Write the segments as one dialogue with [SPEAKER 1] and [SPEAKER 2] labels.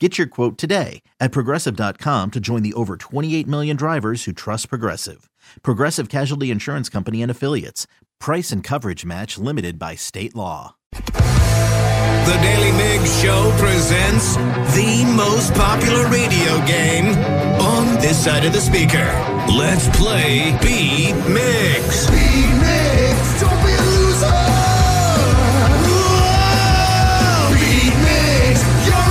[SPEAKER 1] Get your quote today at progressive.com to join the over 28 million drivers who trust Progressive. Progressive Casualty Insurance Company and Affiliates. Price and coverage match limited by state law.
[SPEAKER 2] The Daily Mix Show presents the most popular radio game on this side of the speaker. Let's play Beat Mix. Beat Mix, don't be a loser. Whoa! Beat Mix, you're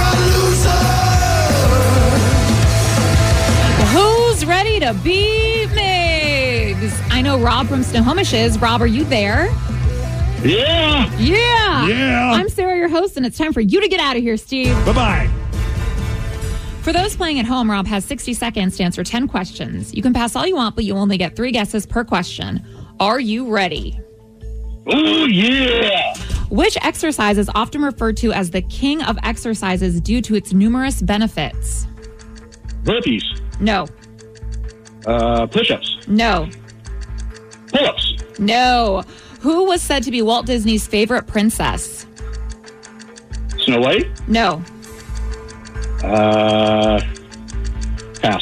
[SPEAKER 2] a loser.
[SPEAKER 3] Who's ready to beat Migs? I know Rob from Snohomish is. Rob, are you there?
[SPEAKER 4] Yeah.
[SPEAKER 3] Yeah.
[SPEAKER 4] Yeah.
[SPEAKER 3] I'm Sarah, your host, and it's time for you to get out of here, Steve.
[SPEAKER 4] Bye bye.
[SPEAKER 3] For those playing at home, Rob has 60 seconds to answer 10 questions. You can pass all you want, but you only get three guesses per question. Are you ready?
[SPEAKER 4] Oh yeah.
[SPEAKER 3] Which exercise is often referred to as the king of exercises due to its numerous benefits?
[SPEAKER 4] Burpees.
[SPEAKER 3] No,
[SPEAKER 4] Uh, push-ups.
[SPEAKER 3] no,
[SPEAKER 4] Pull-ups.
[SPEAKER 3] no. Who was said to be Walt Disney's favorite princess?
[SPEAKER 4] Snow White.
[SPEAKER 3] No.
[SPEAKER 4] Uh, pass.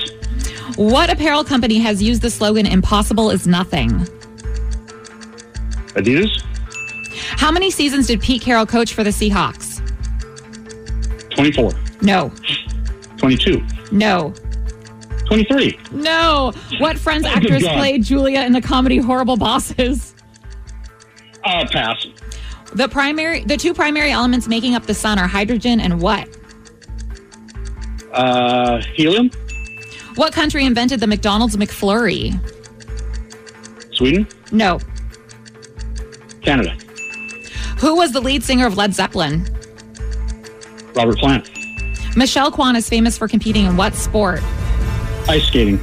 [SPEAKER 3] What apparel company has used the slogan impossible is nothing?
[SPEAKER 4] Adidas.
[SPEAKER 3] How many seasons did Pete Carroll coach for the Seahawks?
[SPEAKER 4] 24.
[SPEAKER 3] No,
[SPEAKER 4] 22.
[SPEAKER 3] no,
[SPEAKER 4] 23.
[SPEAKER 3] no. What Friends actress
[SPEAKER 4] God.
[SPEAKER 3] played Julia in the comedy Horrible Bosses?
[SPEAKER 4] Uh, pass.
[SPEAKER 3] The primary the two primary elements making up the sun are hydrogen and what?
[SPEAKER 4] Uh, helium.
[SPEAKER 3] What country invented the McDonald's McFlurry?
[SPEAKER 4] Sweden.
[SPEAKER 3] No.
[SPEAKER 4] Canada.
[SPEAKER 3] Who was the lead singer of Led Zeppelin?
[SPEAKER 4] Robert Plant.
[SPEAKER 3] Michelle Kwan is famous for competing in what sport?
[SPEAKER 4] Ice skating.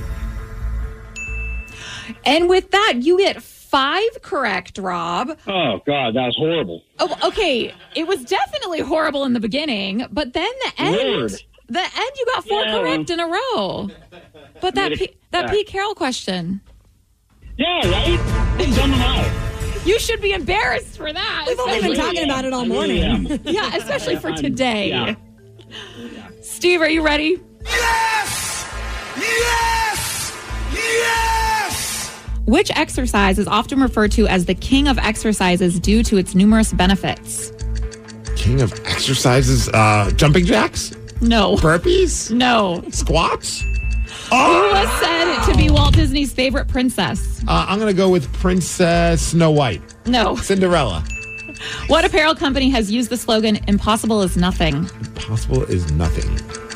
[SPEAKER 3] And with that, you get five correct, Rob.
[SPEAKER 4] Oh God, that was horrible.
[SPEAKER 3] Oh, okay. It was definitely horrible in the beginning, but then the end,
[SPEAKER 4] Weird.
[SPEAKER 3] the end, you got four
[SPEAKER 4] Yeah.
[SPEAKER 3] correct in a row. But that
[SPEAKER 4] Made it
[SPEAKER 3] P, that
[SPEAKER 4] back.
[SPEAKER 3] Pete Carroll question,
[SPEAKER 4] Yeah, right. It doesn't matter.
[SPEAKER 3] you should be embarrassed for that. We've only
[SPEAKER 4] been talking about it all morning.
[SPEAKER 3] yeah, especially for
[SPEAKER 4] I'm-
[SPEAKER 3] today.
[SPEAKER 4] yeah.
[SPEAKER 3] Steve, are you ready?
[SPEAKER 2] Yes! Yes! Yes!
[SPEAKER 3] Which exercise is often referred to as the king of exercises due to its numerous benefits?
[SPEAKER 5] King of exercises, uh, jumping jacks,
[SPEAKER 3] No,
[SPEAKER 5] burpees,
[SPEAKER 3] no.
[SPEAKER 5] squats.
[SPEAKER 4] Ah!
[SPEAKER 3] Who
[SPEAKER 5] Oh,
[SPEAKER 3] was said to be Walt Disney's favorite princess?
[SPEAKER 5] uh, I'm gonna go with Princess Snow White,
[SPEAKER 3] No.
[SPEAKER 5] Cinderella.
[SPEAKER 3] What apparel company has used the slogan "Impossible is nothing"?
[SPEAKER 5] Possible is nothing,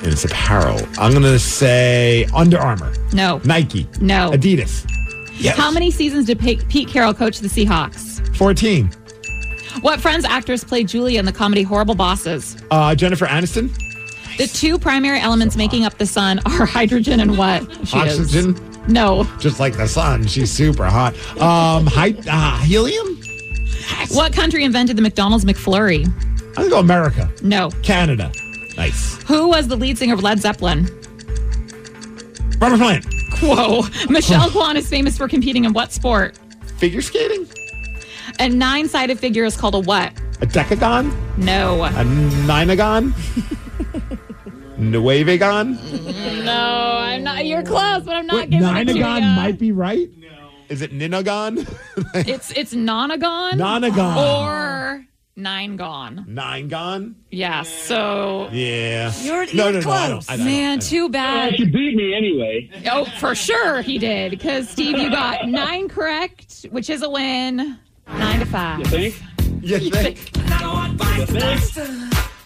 [SPEAKER 5] and it's apparel. I'm gonna say Under Armour,
[SPEAKER 3] No.
[SPEAKER 5] Nike,
[SPEAKER 3] No.
[SPEAKER 5] Adidas. Yes.
[SPEAKER 3] How many seasons did Pete Pete Carroll coach the Seahawks?
[SPEAKER 5] Fourteen.
[SPEAKER 3] What Friends actress played Julia in the comedy Horrible Bosses?
[SPEAKER 5] Uh, Jennifer Aniston,
[SPEAKER 3] The two primary elements making up the sun are hydrogen and what? She is.
[SPEAKER 5] oxygen,
[SPEAKER 3] No.
[SPEAKER 5] just like the sun. She's super hot. Um, hi- uh, helium.
[SPEAKER 3] What country invented the McDonald's McFlurry?
[SPEAKER 5] I'm gonna go America,
[SPEAKER 3] No.
[SPEAKER 5] Canada. Nice.
[SPEAKER 3] Who was the lead singer of Led Zeppelin?
[SPEAKER 5] Robert Plant,
[SPEAKER 3] Whoa. Michelle Kwan is famous for competing in what sport?
[SPEAKER 5] figure skating,
[SPEAKER 3] A nine-sided figure is called a what?
[SPEAKER 5] a decagon.
[SPEAKER 3] No.
[SPEAKER 5] A Ninagon? Nuevagon?
[SPEAKER 3] No, Oh, I'm not. You're close, but I'm not giving it to you.
[SPEAKER 5] Ninagon might be right. Is it Ninagon?
[SPEAKER 3] It's it's nonagon.
[SPEAKER 5] Nonagon.
[SPEAKER 3] Or nine gone.
[SPEAKER 5] Nine gone?
[SPEAKER 3] Yeah. So,
[SPEAKER 5] Yeah.
[SPEAKER 6] You're-
[SPEAKER 5] no,
[SPEAKER 6] you're
[SPEAKER 5] no, no, I don't-
[SPEAKER 6] close.
[SPEAKER 5] I don't-
[SPEAKER 3] man, too
[SPEAKER 4] Well,
[SPEAKER 3] bad.
[SPEAKER 4] she beat me anyway.
[SPEAKER 3] Oh, for sure he did. Because, Steve, you got nine correct, which is a win. Nine to five.
[SPEAKER 4] Think?
[SPEAKER 5] You think?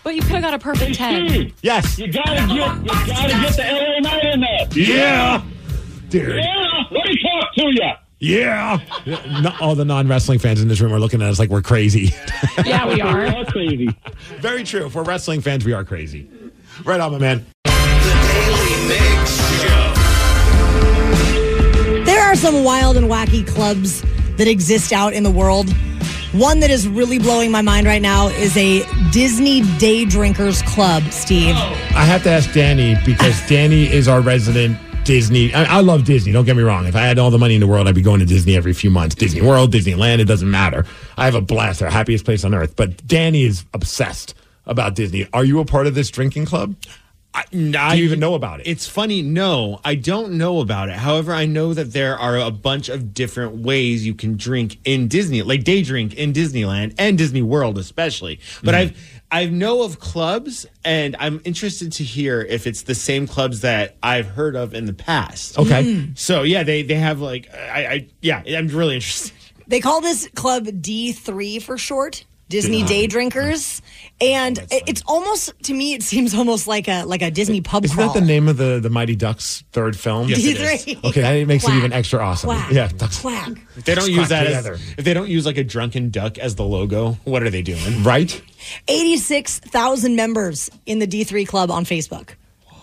[SPEAKER 3] But you could have got a perfect 10.
[SPEAKER 4] Steve,
[SPEAKER 5] Yes.
[SPEAKER 4] Hmm. you gotta get, you gotta get the LA night in there.
[SPEAKER 5] Yeah. Dude.
[SPEAKER 4] Yeah, let me talk to you.
[SPEAKER 5] Yeah. No- all the non wrestling fans in this room are looking at us like we're crazy.
[SPEAKER 3] Yeah, we are.
[SPEAKER 4] That's crazy.
[SPEAKER 5] Very true. If we're wrestling fans, we are crazy. Right on, my man.
[SPEAKER 2] The Daily Mix Show.
[SPEAKER 6] There are some wild and wacky clubs that exist out in the world. One that is really blowing my mind right now is a Disney Day Drinkers Club, Steve.
[SPEAKER 5] I have to ask Danny because Danny is our resident Disney. I, I love Disney. Don't get me wrong. If I had all the money in the world, I'd be going to Disney every few months. Disney World, Disneyland, it doesn't matter. I have a blast. They're the happiest place on earth. But Danny is obsessed about Disney. Are you a part of this drinking club?
[SPEAKER 7] I,
[SPEAKER 5] Do you even know about it?
[SPEAKER 7] It's funny. No, I don't know about it. However, I know that there are a bunch of different ways you can drink in Disney, like day drink in Disneyland and Disney World, especially. But
[SPEAKER 5] Mm-hmm.
[SPEAKER 7] I've I know of clubs, and I'm interested to hear if it's the same clubs that I've heard of in the past.
[SPEAKER 5] okay.
[SPEAKER 7] So yeah, they they have like I, I yeah, I'm really interested.
[SPEAKER 6] They call this club D3 for short, Disney Day Drinkers. And it- it's almost to me it seems almost like a like a Disney pub
[SPEAKER 5] Isn't
[SPEAKER 6] crawl.
[SPEAKER 5] that the name of the, the Mighty Ducks third film?
[SPEAKER 7] Yes, it is.
[SPEAKER 6] D3.
[SPEAKER 5] Okay, that makes it even
[SPEAKER 6] Quack.
[SPEAKER 5] extra awesome.
[SPEAKER 6] Quack.
[SPEAKER 5] Yeah, Ducks.
[SPEAKER 6] Quack.
[SPEAKER 7] If they don't use that as,
[SPEAKER 5] Together.
[SPEAKER 7] if they don't use like a drunken duck as the logo, what are they doing?
[SPEAKER 5] Right?
[SPEAKER 6] 86,000 members in the D3 club on Facebook.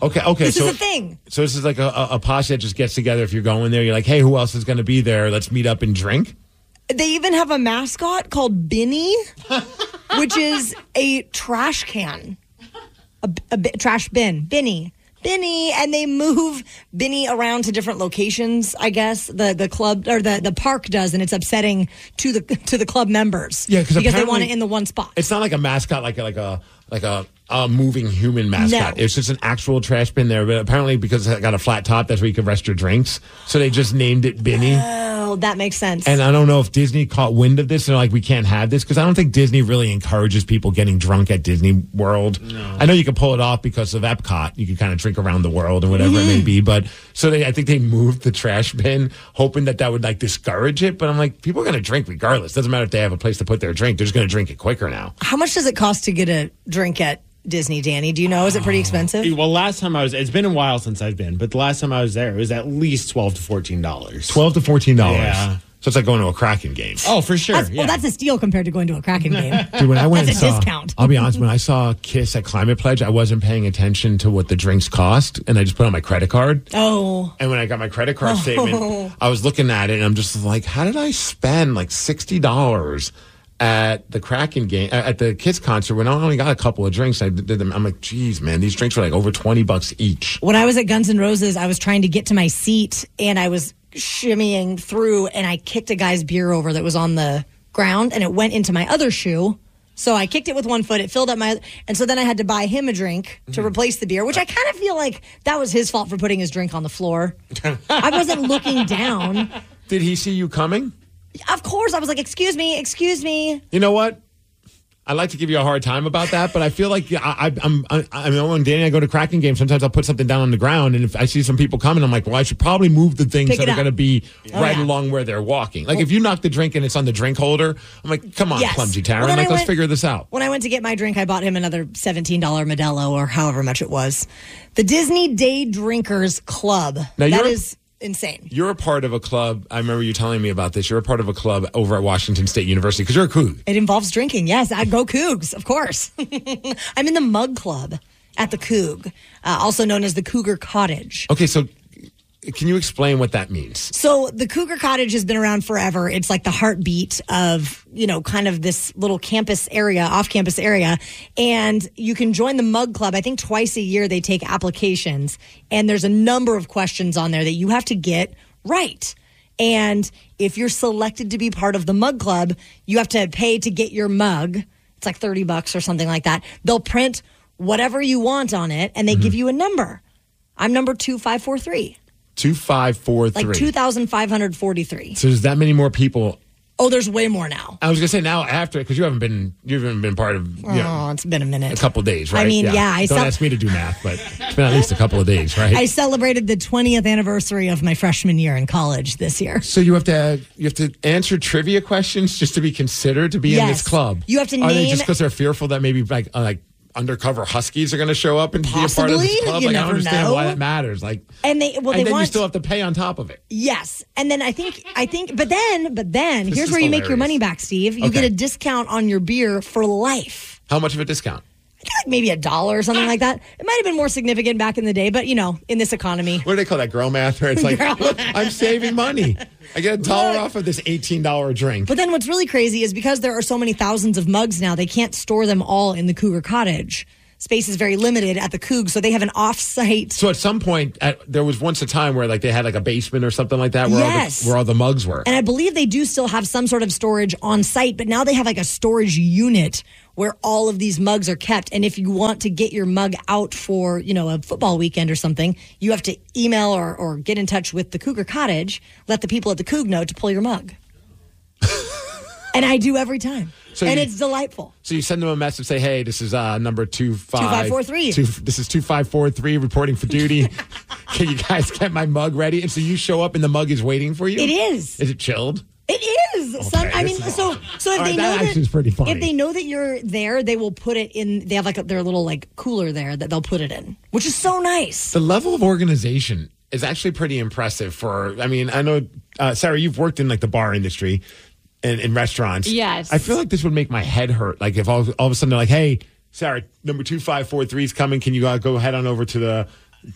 [SPEAKER 5] Okay, okay.
[SPEAKER 6] This
[SPEAKER 5] so,
[SPEAKER 6] is a thing.
[SPEAKER 5] So this is like a, a, a posse that just gets together. If you're going there, you're like, hey, who else is going to be there? Let's meet up and drink.
[SPEAKER 6] They even have a mascot called Binny, which is a trash can, a, b- a bi- trash bin. Binny, Binny, and they move Binny around to different locations. I guess the the club or the the park does, and it's upsetting to the to the club members.
[SPEAKER 5] Yeah, 'cause
[SPEAKER 6] because they want
[SPEAKER 5] apparently-
[SPEAKER 6] it in the one spot.
[SPEAKER 5] It's not like a mascot, like a, like a like a, a moving human mascot.
[SPEAKER 6] No.
[SPEAKER 5] It's just an actual trash bin there. But apparently, because it got a flat top, that's where you could rest your drinks. So they just named it Binny.
[SPEAKER 6] oh, that makes sense.
[SPEAKER 5] And I don't know if Disney caught wind of this and they're like, we can't have this because I don't think Disney really encourages people getting drunk at Disney World. I know you can pull it off because of Epcot. You can kind of drink around the world or whatever it may be. But so they, I think they moved the trash bin hoping that that would like discourage it. But I'm like, people are going to drink regardless. Doesn't matter if they have a place to put their drink. They're just going to drink it quicker now.
[SPEAKER 6] How much does it cost to get a drink at Disney, Danny? Do you know? Is it
[SPEAKER 5] Uh,
[SPEAKER 6] pretty expensive?
[SPEAKER 7] Well, last time I was, it's been a while since I've been, but the last time I was there, it was at least twelve to fourteen dollars.
[SPEAKER 5] 12 to $14.
[SPEAKER 7] Yeah.
[SPEAKER 5] So it's like going to a Kraken game.
[SPEAKER 7] Oh, for sure.
[SPEAKER 6] That's,
[SPEAKER 7] yeah.
[SPEAKER 6] Well, that's a steal compared to going to a Kraken game.
[SPEAKER 5] Dude, when I went
[SPEAKER 6] That's
[SPEAKER 5] and
[SPEAKER 6] a
[SPEAKER 5] saw,
[SPEAKER 6] discount.
[SPEAKER 5] I'll be honest, when I saw Kiss at Climate Pledge, I wasn't paying attention to what the drinks cost, and I just put on my credit card.
[SPEAKER 6] oh,
[SPEAKER 5] And when I got my credit card statement, I was looking at it and I'm just like, how did I spend like $60 at the Kraken game, uh, at the Kids concert when I only got a couple of drinks? I did them. I'm like, geez, man, these drinks were like over 20 bucks each.
[SPEAKER 6] when I was at Guns N' Roses, I was trying to get to my seat and I was shimmying through and I kicked a guy's beer over that was on the ground and it went into my other shoe. So I kicked it with one foot, it filled up my and so then I had to buy him a drink to replace the beer, which I kind of feel like that was his fault for putting his drink on the floor. I wasn't looking down.
[SPEAKER 5] Did he see you coming?
[SPEAKER 6] Of course, I was like, "Excuse me, excuse me."
[SPEAKER 5] You know what? I'd like to give you a hard time about that, but I feel like yeah, I, I, I'm, I, I know when Danny and I go to Kraken games, sometimes I'll put something down on the ground, and if I see some people coming, I'm like, well, I should probably move the things
[SPEAKER 6] Pick
[SPEAKER 5] that
[SPEAKER 6] it
[SPEAKER 5] are
[SPEAKER 6] up.
[SPEAKER 5] going to be right
[SPEAKER 6] yeah.
[SPEAKER 5] along where they're walking. Like if you knock the drink and it's on the drink holder, I'm like, come on,
[SPEAKER 6] Yes.
[SPEAKER 5] clumsy Taryn,
[SPEAKER 6] Well, then
[SPEAKER 5] like
[SPEAKER 6] I
[SPEAKER 5] let's
[SPEAKER 6] went-
[SPEAKER 5] figure this out.
[SPEAKER 6] When I went to get my drink, I bought him another $17 Modelo or however much it was. The Disney Day Drinkers Club.
[SPEAKER 5] Now,
[SPEAKER 6] that
[SPEAKER 5] you're-
[SPEAKER 6] is insane.
[SPEAKER 5] You're a part of a club. I remember you telling me about this. You're a part of a club over at Washington State University because you're a Coug.
[SPEAKER 6] It involves drinking. Yes, I go Cougs, of course. I'm in the Mug Club at the Coug, uh, also known as the Cougar Cottage.
[SPEAKER 5] Okay, so can you explain what that means?
[SPEAKER 6] So the Cougar Cottage has been around forever. It's like the heartbeat of, you know, kind of this little campus area, off campus area. And you can join the Mug Club. I think twice a year they take applications. And there's a number of questions on there that you have to get right. And if you're selected to be part of the Mug Club, you have to pay to get your mug. It's like 30 bucks or something like that. They'll print whatever you want on it and they give you a number. I'm number 2543
[SPEAKER 5] Two five four three.
[SPEAKER 6] like 2,543.
[SPEAKER 5] so there's that many more people
[SPEAKER 6] Oh, there's way more now.
[SPEAKER 5] I was gonna say now after because you haven't been you haven't been part of you know,
[SPEAKER 6] Oh, it's been a minute.
[SPEAKER 5] a couple of days, right?
[SPEAKER 6] I mean, yeah, I
[SPEAKER 5] don't
[SPEAKER 6] saw-
[SPEAKER 5] ask me to do math, but it's been at least a couple of days, right?
[SPEAKER 6] I celebrated the 20th anniversary of my freshman year in college this year.
[SPEAKER 5] so you have to you have to answer trivia questions just to be considered to be in this
[SPEAKER 6] Yes.
[SPEAKER 5] club.
[SPEAKER 6] You have to
[SPEAKER 5] are they just
[SPEAKER 6] name-
[SPEAKER 5] because they're fearful that maybe like uh, like undercover huskies are going to show up and be a part of
[SPEAKER 6] Possibly.
[SPEAKER 5] this club?
[SPEAKER 6] You
[SPEAKER 5] like I don't
[SPEAKER 6] never
[SPEAKER 5] understand
[SPEAKER 6] know.
[SPEAKER 5] why that matters. Like
[SPEAKER 6] And they well
[SPEAKER 5] and
[SPEAKER 6] they
[SPEAKER 5] then you
[SPEAKER 6] want
[SPEAKER 5] still have to pay on top of it.
[SPEAKER 6] Yes. And then I think I think but then but then
[SPEAKER 5] This
[SPEAKER 6] here's
[SPEAKER 5] is
[SPEAKER 6] where you make your
[SPEAKER 5] hilarious.
[SPEAKER 6] money back, Steve. You
[SPEAKER 5] Okay.
[SPEAKER 6] get a discount on your beer for life.
[SPEAKER 5] How much of a discount?
[SPEAKER 6] I think like maybe a dollar or something like that. It might have been more significant back in the day, but you know, in this economy.
[SPEAKER 5] What do they call that? Girl math? Where it's like
[SPEAKER 6] Girl
[SPEAKER 5] "Look,
[SPEAKER 6] math.
[SPEAKER 5] I'm saving money. I get a dollar
[SPEAKER 6] Look.
[SPEAKER 5] off of this eighteen dollar drink.
[SPEAKER 6] But then what's really crazy is because there are so many thousands of mugs now, they can't store them all in the Cougar Cottage. Space is very limited at the Coug, so they have an off-site.
[SPEAKER 5] So at some point, at, there was once a time where like they had like a basement or something like that where, all,
[SPEAKER 6] Yes.
[SPEAKER 5] the, where all the mugs were.
[SPEAKER 6] And I believe they do still have some sort of storage on site, but now they have like a storage unit where all of these mugs are kept. And if you want to get your mug out for, you know, a football weekend or something, you have to email or, or get in touch with the Cougar Cottage, let the people at the Coug know to pull your mug. and I do every time.
[SPEAKER 5] So
[SPEAKER 6] and
[SPEAKER 5] you-
[SPEAKER 6] it's delightful.
[SPEAKER 5] so you send them a message, say, "Hey, this is uh, number two five
[SPEAKER 6] 2543.
[SPEAKER 5] two- this is two five four three reporting for duty. Can you guys get my mug ready?" And so you show up, and the mug is waiting for you.
[SPEAKER 6] It is.
[SPEAKER 5] Is it chilled?
[SPEAKER 6] It is. Some, I mean,
[SPEAKER 5] this is
[SPEAKER 6] so so if
[SPEAKER 5] All right,
[SPEAKER 6] they
[SPEAKER 5] that
[SPEAKER 6] know
[SPEAKER 5] actually is pretty funny.
[SPEAKER 6] if they know that you're there, they will put it in. They have like a, their little like cooler there that they'll put it in, which is so nice.
[SPEAKER 5] The level of organization is actually pretty impressive. For I mean, I know uh, Sarah, you've worked in like the bar industry and in restaurants.
[SPEAKER 3] Yes.
[SPEAKER 5] I feel like this would make my head hurt. Like if all, all of a sudden they're like, "Hey, Sarah, number two five four three is coming. Can you uh, go head on over to the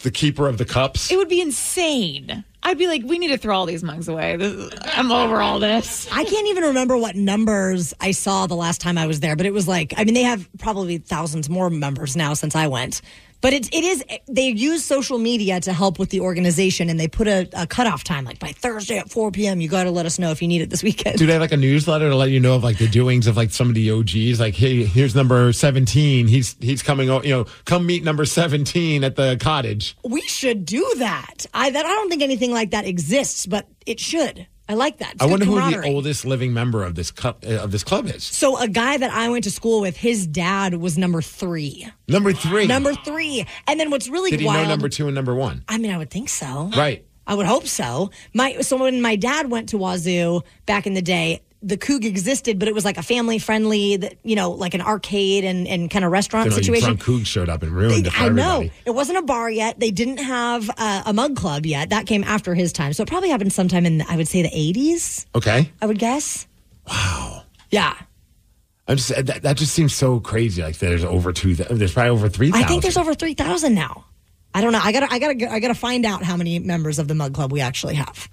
[SPEAKER 5] the keeper of the cups?"
[SPEAKER 3] It would be insane. I'd be like, we need to throw all these mugs away. This- I'm over all this.
[SPEAKER 6] I can't even remember what numbers I saw the last time I was there, but it was like I mean they have probably thousands more members now since I went. But it, it is they use social media to help with the organization, and they put a, a cutoff time like by Thursday at four p.m. You got to let us know if you need it this weekend.
[SPEAKER 5] Do they have like a newsletter to let you know of like the doings of like some of the OGs? Like, hey, here's number seventeen. He's he's coming. o- You know, come meet number seventeen at the cottage.
[SPEAKER 6] we should do that. I that I don't think anything like that exists, but it should. I like that. It's
[SPEAKER 5] I
[SPEAKER 6] good
[SPEAKER 5] wonder who the
[SPEAKER 6] camaraderie.
[SPEAKER 5] oldest living member of this cup uh, of this club is.
[SPEAKER 6] So a guy that I went to school with, his dad was number three.
[SPEAKER 5] Number three.
[SPEAKER 6] Number three. And then what's really
[SPEAKER 5] Did he
[SPEAKER 6] wild? Uh,
[SPEAKER 5] know number two and number one?
[SPEAKER 6] I mean, I would think so.
[SPEAKER 5] Right.
[SPEAKER 6] I would hope so. My so when my dad went to Wazoo back in the day, the Coug existed, but it was like a family friendly, you know, like an arcade and, and kind of restaurant
[SPEAKER 5] Then all you
[SPEAKER 6] situation.
[SPEAKER 5] Drunk Coog showed up and ruined it for
[SPEAKER 6] I know
[SPEAKER 5] everybody.
[SPEAKER 6] it wasn't a bar yet. They didn't have uh, a mug club yet. That came after his time, so it probably happened sometime in I would say the eighties.
[SPEAKER 5] Okay,
[SPEAKER 6] I would guess. Wow. Yeah,
[SPEAKER 5] I'm just that, that just seems so crazy. Like there's over two. thou- There's probably over three.
[SPEAKER 6] I think there's over three thousand now. I don't know. I gotta, I gotta, I gotta find out how many members of the mug club we actually have.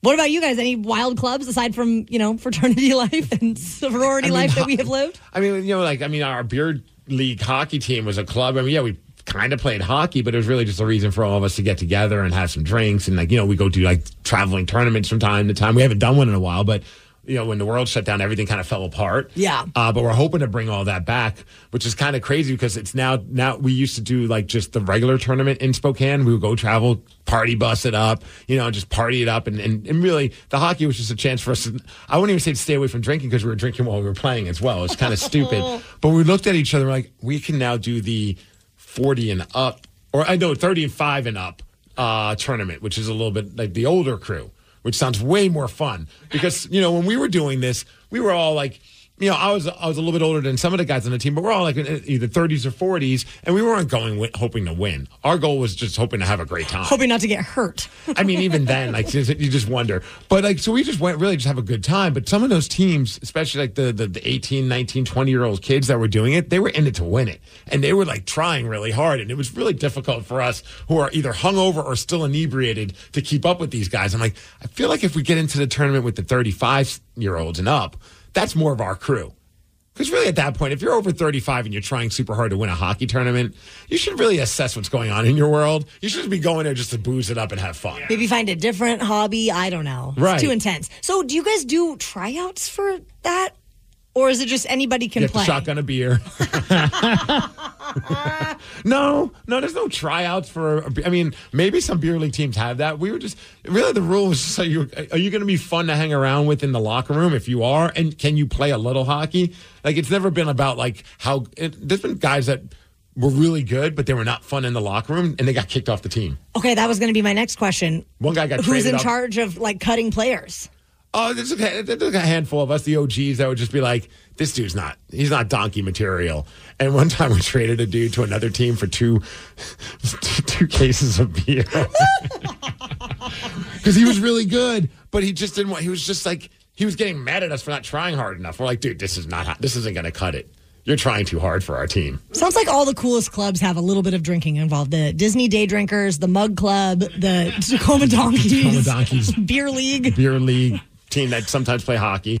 [SPEAKER 6] What about you guys? Any wild clubs aside from you know fraternity life and sorority life that we have lived?
[SPEAKER 5] I mean, you know, like I mean, our beer league hockey team was a club. I mean, yeah, we kind of played hockey, but it was really just a reason for all of us to get together and have some drinks and like you know, we go do like traveling tournaments from time to time. We haven't done one in a while, but. You know, when the world shut down, everything kind of fell apart.
[SPEAKER 6] Yeah.
[SPEAKER 5] Uh, but we're hoping to bring all that back, which is kind of crazy because it's now, now we used to do like just the regular tournament in Spokane. We would go travel, party bus it up, you know, just party it up. And, and, and really, the hockey was just a chance for us to, I wouldn't even say to stay away from drinking because we were drinking while we were playing as well. It's kind of stupid. But we looked at each other like, we can now do the 40 and up, or I know 30 and 5 and up uh, tournament, which is a little bit like the older crew which sounds way more fun because you know when we were doing this we were all like you know i was i was a little bit older than some of the guys on the team but we're all like in either 30s or 40s and we weren't going wi- hoping to win our goal was just hoping to have a great time
[SPEAKER 6] Hoping not to get hurt.
[SPEAKER 5] I mean, even then, like you just- you just wonder. But like, so we just went really just have a good time. But some of those teams, especially like the, the, the 18, 19, 20 year old kids that were doing it, they were in it to win it. And they were like trying really hard. And it was really difficult for us who are either hungover or still inebriated to keep up with these guys. I'm like, I feel like if we get into the tournament with the 35 year olds and up, that's more of our crew. Because really, at that point, if you're over 35 and you're trying super hard to win a hockey tournament, you should really assess what's going on in your world. You should be going there just to booze it up and have fun.
[SPEAKER 6] Maybe find a different hobby. I don't know. It's
[SPEAKER 5] Right.
[SPEAKER 6] too intense. So, do you guys do tryouts for that? Or is it just anybody can
[SPEAKER 5] Get
[SPEAKER 6] play?
[SPEAKER 5] the shotgun a beer. no, no, there's no tryouts for. a be- I mean, maybe some beer league teams have that. We were just really the rule was just are you are you going to be fun to hang around with in the locker room? If you are, and can you play a little hockey? Like it's never been about like how it, there's been guys that were really good, but they were not fun in the locker room, and they got kicked off the team.
[SPEAKER 6] Okay, that was going to be my next question.
[SPEAKER 5] One guy got
[SPEAKER 6] Who's
[SPEAKER 5] traded
[SPEAKER 6] in
[SPEAKER 5] up-
[SPEAKER 6] charge of like cutting players?
[SPEAKER 5] Oh, there's a, there's a handful of us, the OGs, that would just be like, this dude's not, he's not donkey material. And one time we traded a dude to another team for two, two cases of beer. Because he was really good, but he just didn't want, he was just like, he was getting mad at us for not trying hard enough. We're like, dude, this is not, this isn't going to cut it. You're trying too hard for our team.
[SPEAKER 6] Sounds like all the coolest clubs have a little bit of drinking involved. The Disney Day Drinkers, the Mug Club, the Tacoma Donkeys,
[SPEAKER 5] Tacoma Donkeys.
[SPEAKER 6] Beer League.
[SPEAKER 5] Beer league team that sometimes play hockey.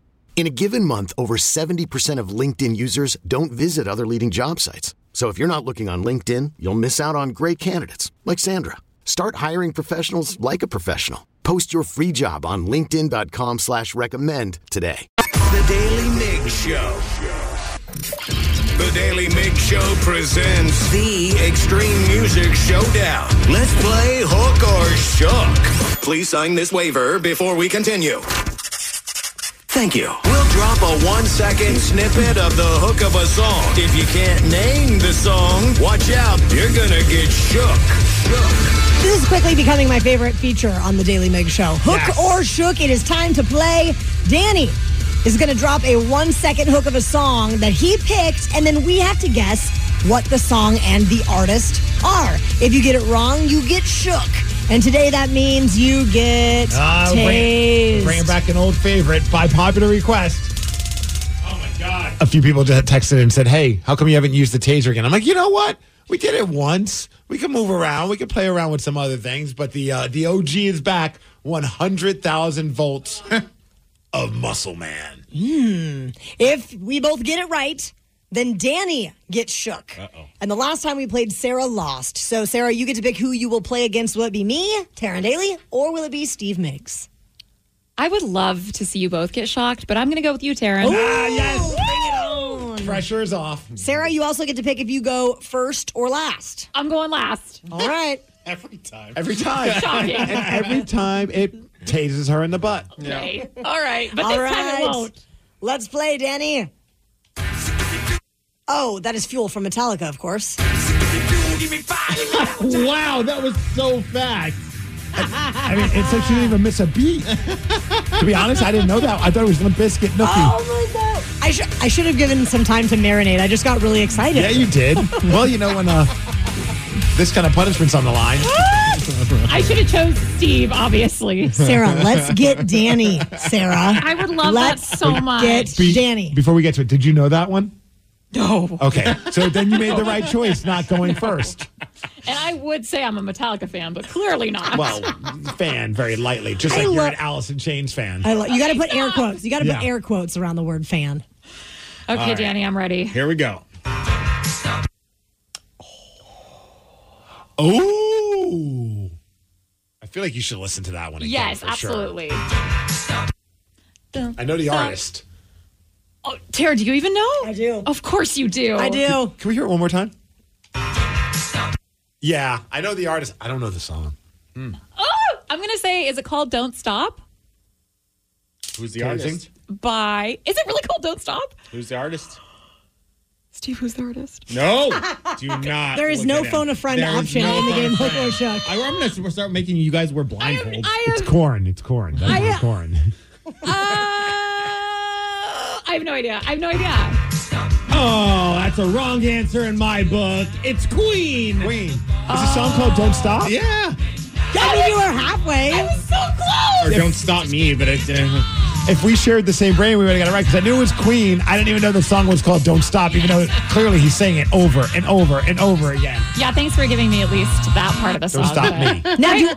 [SPEAKER 8] In a given month, over 70% of LinkedIn users don't visit other leading job sites. So if you're not looking on LinkedIn, you'll miss out on great candidates like Sandra. Start hiring professionals like a professional. Post your free job on linkedin.com/recommend slash recommend today.
[SPEAKER 2] The Daily Mix Show. The Daily Mix Show presents the Extreme Music Showdown. Let's play Hook or Shook. Please sign this waiver before we continue. Thank you. We'll drop a one second snippet of the hook of a song. If you can't name the song, watch out, you're gonna get shook. Shook.
[SPEAKER 6] This is quickly becoming my favorite feature on the Daily Meg Show. Hook
[SPEAKER 5] Yes.
[SPEAKER 6] or shook, it is time to play. Danny is going to drop a one second hook of a song that he picked, and then we have to guess what the song and the artist are. If you get it wrong, you get shook. And today that means you get
[SPEAKER 5] Ah,
[SPEAKER 6] tased.
[SPEAKER 5] bring, bringing back an old favorite by popular request. Oh my god! A few people just texted and said, "Hey, how come you haven't used the taser again?" I'm like, you know what? We did it once. We can move around. We can play around with some other things. But the uh, the OG is back. One hundred thousand volts of muscle man.
[SPEAKER 6] If we both get it right, then Danny gets shook. And the last time we played, Sarah lost. So, Sarah, you get to pick who you will play against. Will it be me, Taryn Daly, or will it be Steve Miggs?
[SPEAKER 3] I would love to see you both get shocked, but I'm going to go with you, Taryn.
[SPEAKER 5] Ah, yes. Pressure is off.
[SPEAKER 6] Sarah, you also get to pick if you go first or last.
[SPEAKER 3] I'm going last.
[SPEAKER 6] All right.
[SPEAKER 7] Every time.
[SPEAKER 5] Every time.
[SPEAKER 3] Shocking.
[SPEAKER 5] and every time it tases her in the butt.
[SPEAKER 3] Okay. All right. But
[SPEAKER 6] All
[SPEAKER 3] this time
[SPEAKER 6] right.
[SPEAKER 3] it won't.
[SPEAKER 6] Let's play, Danny. Oh, that is Fuel from Metallica, of course.
[SPEAKER 5] Wow, that was so fast. I mean, it's like she didn't even miss a beat. to be honest, I didn't know that. I thought it was Limp Biscuit Nookie.
[SPEAKER 6] Oh my God. I, should I should have given some time to marinate. I just got really excited.
[SPEAKER 5] Yeah, you did. well, you know when uh, this kind of punishment's on the line.
[SPEAKER 3] I should have chose Steve, obviously.
[SPEAKER 6] Sarah, let's get Danny, Sarah.
[SPEAKER 3] I would love
[SPEAKER 6] Let's
[SPEAKER 3] that so much.
[SPEAKER 6] Get Danny.
[SPEAKER 5] Before we get to it, did you know that one?
[SPEAKER 3] no.
[SPEAKER 5] Okay, so then you made the right choice, not going first.
[SPEAKER 3] And I would say I'm a Metallica fan, but clearly not.
[SPEAKER 5] Well, fan very lightly, just
[SPEAKER 6] I
[SPEAKER 5] like you're
[SPEAKER 6] love-
[SPEAKER 5] an Alice in Chains fan.
[SPEAKER 6] I lo- you got to put air quotes. You got to put
[SPEAKER 5] Yeah.
[SPEAKER 6] air quotes around the word fan.
[SPEAKER 3] okay, Danny, I'm ready.
[SPEAKER 7] Here we go.
[SPEAKER 5] Oh. I feel like you should listen to that one again.
[SPEAKER 3] Yes,
[SPEAKER 5] for sure.
[SPEAKER 3] absolutely.
[SPEAKER 5] I know the artist.
[SPEAKER 3] Oh, Tara, do you even know?
[SPEAKER 6] I do.
[SPEAKER 3] Of course you do.
[SPEAKER 6] I do.
[SPEAKER 5] Can we hear it one more time? Yeah, I know the artist. I don't know the song.
[SPEAKER 3] Oh, I'm going to say, is it called Don't Stop?
[SPEAKER 7] Who's the
[SPEAKER 5] Can you
[SPEAKER 7] artist?
[SPEAKER 5] sing?
[SPEAKER 3] By, is it really called Don't Stop?
[SPEAKER 7] Who's the artist?
[SPEAKER 3] Steve, who's the artist?
[SPEAKER 7] No, do not.
[SPEAKER 6] There is
[SPEAKER 7] look
[SPEAKER 6] no
[SPEAKER 7] it up.
[SPEAKER 6] phone a friend
[SPEAKER 7] There is
[SPEAKER 6] option
[SPEAKER 7] no
[SPEAKER 6] in the
[SPEAKER 7] phone a
[SPEAKER 6] game
[SPEAKER 7] friend.
[SPEAKER 6] Look Shook.
[SPEAKER 7] I, I'm going to start making you guys wear blindfolds.
[SPEAKER 3] I
[SPEAKER 5] It's
[SPEAKER 3] am,
[SPEAKER 5] corn. It's corn. That's
[SPEAKER 3] I-
[SPEAKER 5] I, corn.
[SPEAKER 3] uh, I have no idea. I have no idea.
[SPEAKER 7] oh, that's a wrong answer in my book. It's Queen. Queen.
[SPEAKER 5] Is a song called "Don't Stop"?
[SPEAKER 7] Yeah.
[SPEAKER 6] I mean, you were halfway.
[SPEAKER 3] I was so close.
[SPEAKER 7] Or don't stop me, but it's. Uh,
[SPEAKER 5] If we shared the same brain, we would have got it right because I knew it was Queen. I didn't even know the song was called "Don't Stop," even though clearly he's saying it over and over and over again.
[SPEAKER 3] Yeah, thanks for giving me at least that part of the
[SPEAKER 5] Don't
[SPEAKER 3] song.
[SPEAKER 5] stop me.
[SPEAKER 6] Now, do,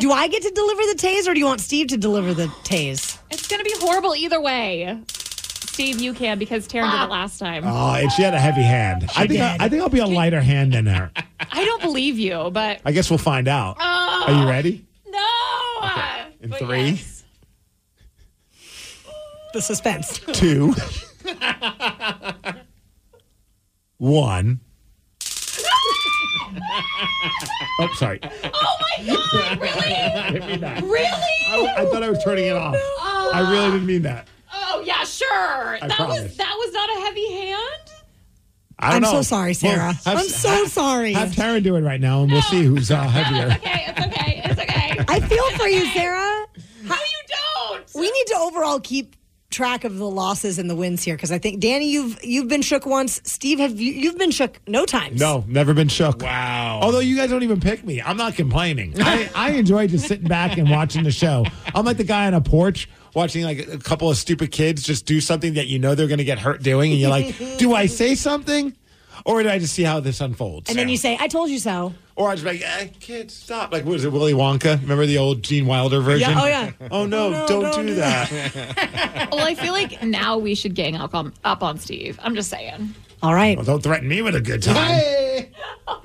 [SPEAKER 6] do I get to deliver the tase, or do you want Steve to deliver the tase?
[SPEAKER 3] It's going to be horrible either way. Steve, you can because Taryn did it last time.
[SPEAKER 5] Oh, and she had a heavy hand. I think I,
[SPEAKER 6] did.
[SPEAKER 5] I think I'll be a lighter hand than her.
[SPEAKER 3] I don't believe you, but
[SPEAKER 5] I guess we'll find out. Are you ready?
[SPEAKER 3] no.
[SPEAKER 5] In
[SPEAKER 3] But
[SPEAKER 5] three,
[SPEAKER 3] yes.
[SPEAKER 6] The suspense.
[SPEAKER 5] two, one. oh, sorry.
[SPEAKER 3] Really?
[SPEAKER 5] I, I thought I was turning it off. I really didn't mean that.
[SPEAKER 3] Oh yeah, sure. that was
[SPEAKER 5] promise.
[SPEAKER 3] that was not a heavy hand.
[SPEAKER 5] I
[SPEAKER 6] I'm
[SPEAKER 5] don't know.
[SPEAKER 6] so sorry, Sarah.
[SPEAKER 5] Well, have-
[SPEAKER 6] I'm so sorry.
[SPEAKER 5] Have Taryn do it right now, and we'll see who's uh, heavier.
[SPEAKER 3] Okay, it's okay. It's okay.
[SPEAKER 6] I feel for you, Sarah.
[SPEAKER 3] no, you don't.
[SPEAKER 6] We need to overall keep track of the losses and the wins here because I think Danny, you've you've been shook once. Steve, have you you've been shook no times?
[SPEAKER 5] No, never been shook.
[SPEAKER 7] wow.
[SPEAKER 5] Although you guys don't even pick me, I'm not complaining. I, I enjoy just sitting back and watching the show. I'm like the guy on a porch watching like a couple of stupid kids just do something that you know they're going to get hurt doing, and you're like, do I say something, or do I just see how this unfolds?
[SPEAKER 6] And then you say, "I told you so."
[SPEAKER 5] or I just be like, eh, kids, stop. Like, what is it, Willy Wonka? Remember the old Gene Wilder version?
[SPEAKER 6] Yeah, oh, yeah.
[SPEAKER 5] Oh no, don't, do that.
[SPEAKER 3] Well, I feel like now we should gang up on, up on Steve. I'm just saying.
[SPEAKER 6] All right.
[SPEAKER 5] Well, don't threaten me with a good time.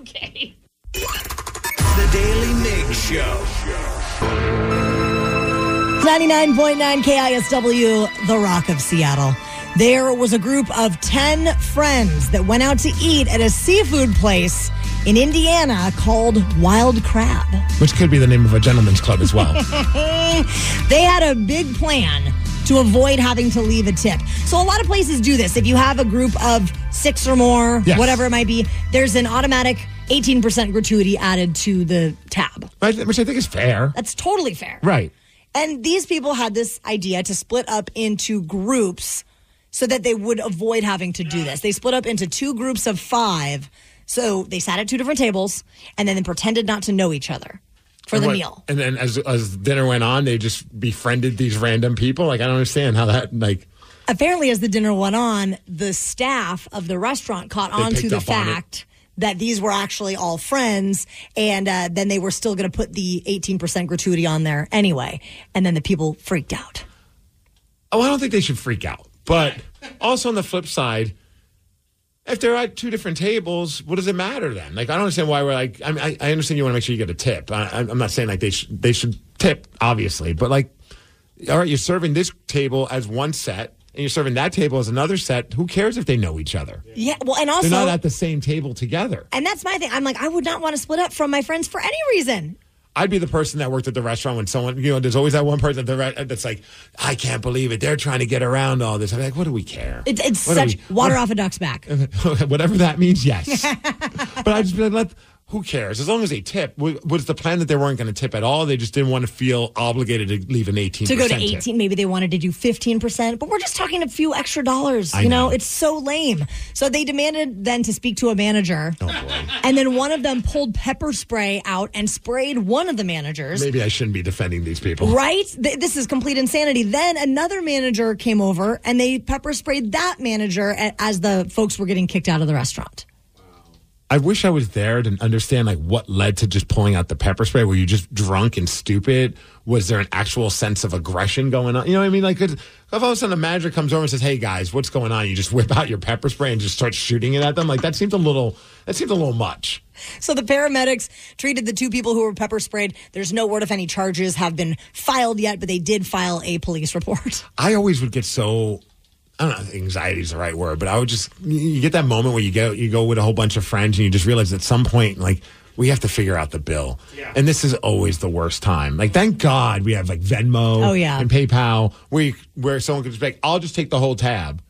[SPEAKER 3] Okay.
[SPEAKER 2] The Daily Mix Show.
[SPEAKER 6] 99.9 KISW, The Rock of Seattle. There was a group of 10 friends that went out to eat at a seafood place in Indiana called Wild Crab.
[SPEAKER 5] Which could be the name of a gentleman's club as well.
[SPEAKER 6] They had a big plan to avoid having to leave a tip. So a lot of places do this. If you have a group of 6 or more,
[SPEAKER 5] Yes.
[SPEAKER 6] whatever it might be, there's an automatic 18% gratuity added to the tab.
[SPEAKER 5] Right, Which I think is fair.
[SPEAKER 6] That's totally fair.
[SPEAKER 5] Right.
[SPEAKER 6] And these people had this idea to split up into groups so that they would avoid having to do this. They split up into two groups of five. So they sat at two different tables and then pretended not to know each other for the
[SPEAKER 5] What-
[SPEAKER 6] meal.
[SPEAKER 5] And then as as dinner went on, they just befriended these random people. Like I don't understand how that like
[SPEAKER 6] Apparently, as the dinner went on, the staff of the restaurant caught on to
[SPEAKER 5] picked
[SPEAKER 6] the
[SPEAKER 5] up on it.
[SPEAKER 6] fact that these were actually all friends. And uh, then they were still going to put the 18% gratuity on there anyway. And then the people freaked out.
[SPEAKER 5] oh, I don't think they should freak out. But also on the flip side, if they're at two different tables, what does it matter then? Like I don't understand why we're like. I mean, I, I understand you want to make sure you get a tip. I, I'm I'm not saying like they should they should tip obviously, but like all right, you're serving this table as one set, and you're serving that table as another set. Who cares if they know each other?
[SPEAKER 6] Yeah. Well, and also.
[SPEAKER 5] They're not at the same table together.
[SPEAKER 6] And that's my thing. I'm like, I would not want to split up from my friends for any reason.
[SPEAKER 5] I'd be the person that worked at the restaurant when someone, you know, there's always that one person at the re- that's like, I can't believe it. They're trying to get around all this. I'm like, what do we care?
[SPEAKER 6] It's, it's
[SPEAKER 5] What do
[SPEAKER 6] such
[SPEAKER 5] we-
[SPEAKER 6] water off a duck's back.
[SPEAKER 5] Whatever that means, yes. but I just be like, let, who cares? As long as they tip. W- Was the plan that they weren't going to tip at all? They just didn't want to feel obligated to leave an 18
[SPEAKER 6] To go to 18, maybe they wanted to do 15%, but we're just talking a few extra dollars. you know.
[SPEAKER 5] know.
[SPEAKER 6] it's so lame. So they demanded then to speak to a manager.
[SPEAKER 5] Oh,
[SPEAKER 6] And then one of them pulled pepper spray out and sprayed one of the managers.
[SPEAKER 5] Maybe I shouldn't be defending these people.
[SPEAKER 6] Right? Th- This is complete insanity. Then another manager came over and they pepper sprayed that manager a- as the folks were getting kicked out of the restaurant.
[SPEAKER 5] I wish I was there to understand like what led to just pulling out the pepper spray. Were you just drunk and stupid? Was there an actual sense of aggression going on? You know what I mean? Like, 'cause if all of a sudden a manager comes over and says, "Hey guys, what's going on?" You just whip out your pepper spray and just start shooting it at them. Like that seemed a little that seemed a little much.
[SPEAKER 6] So the paramedics treated the two people who were pepper sprayed. There's no word if any charges have been filed yet, but they did file a police report.
[SPEAKER 5] I always would get so I don't know if anxiety is the right word, but I would just you get that moment where you go you go with a whole bunch of friends and you just realize at some point like we have to figure out the bill. And this is always the worst time. Like thank God we have like Venmo
[SPEAKER 6] Oh, yeah.
[SPEAKER 5] and PayPal where you, where someone can just be like, I'll just take the whole tab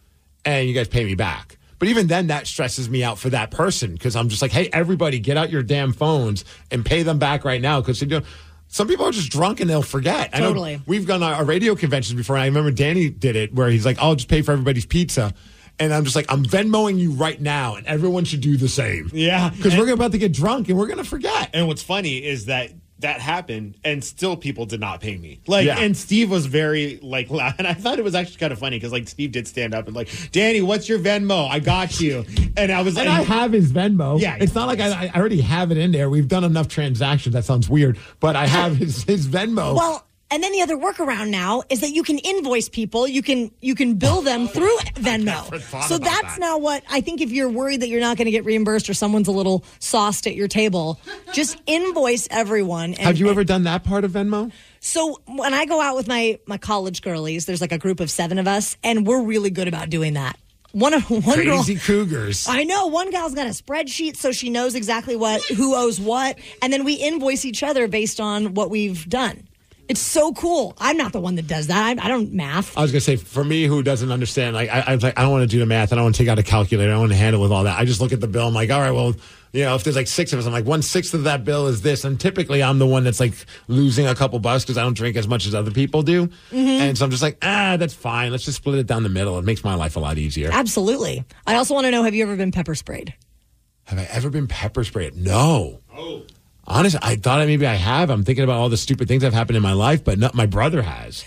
[SPEAKER 5] and you guys pay me back. But even then that stresses me out for that person because I'm just like, hey, everybody get out your damn phones and pay them back right now because you know some people are just drunk and they'll forget. I know
[SPEAKER 6] Totally.
[SPEAKER 5] we've gone on our radio conventions before. And I remember Danny did it where he's like, I'll just pay for everybody's pizza. And I'm just like, I'm Venmoing you right now, and everyone should do the same.
[SPEAKER 7] Yeah.
[SPEAKER 5] Because we're about to get drunk and we're going to forget.
[SPEAKER 7] And what's funny is that that happened and still people did not pay me. Like
[SPEAKER 5] Yeah.
[SPEAKER 7] and Steve was very like loud and I thought it was actually kind of funny cuz like Steve did stand up and like, "Danny, what's your Venmo? I got you." And I was like
[SPEAKER 5] And I have his Venmo.
[SPEAKER 7] Yeah,
[SPEAKER 5] It's not like I, I already have it in there. We've done enough transactions. That sounds weird, but I have his, his Venmo.
[SPEAKER 6] Well, and then the other workaround now is that you can invoice people. You can you can bill them through Venmo.
[SPEAKER 5] thought
[SPEAKER 6] So
[SPEAKER 5] about
[SPEAKER 6] that's
[SPEAKER 5] that.
[SPEAKER 6] now what I think. If you're worried that you're not going to get reimbursed or someone's a little sauced at your table, just invoice everyone. And,
[SPEAKER 5] have you ever done that part of Venmo?
[SPEAKER 6] So when I go out with my my college girlies, there's like a group of seven of us, and we're really good about doing that. One of one girl.
[SPEAKER 5] Crazy Cougars.
[SPEAKER 6] I know one gal's got a spreadsheet, so she knows exactly what who owes what, and then we invoice each other based on what we've done. It's so cool. I'm not the one that does that. I, I don't math.
[SPEAKER 5] I was gonna say for me who doesn't understand, like I, I was like, I don't want to do the math, I don't want to take out a calculator, I don't want to handle with all that. I just look at the bill, I'm like, all right, well, you know, if there's like six of us, I'm like one sixth of that bill is this, and typically I'm the one that's like losing a couple bucks because I don't drink as much as other people do, and so I'm just like, ah, that's fine, let's just split it down the middle. It makes my life a lot easier.
[SPEAKER 6] Absolutely. I also want to know: Have you ever been pepper sprayed?
[SPEAKER 5] Have I ever been pepper sprayed? No. Oh. Honestly, I thought I- maybe I have. I'm thinking about all the stupid things that have happened in my life, but not, my brother has,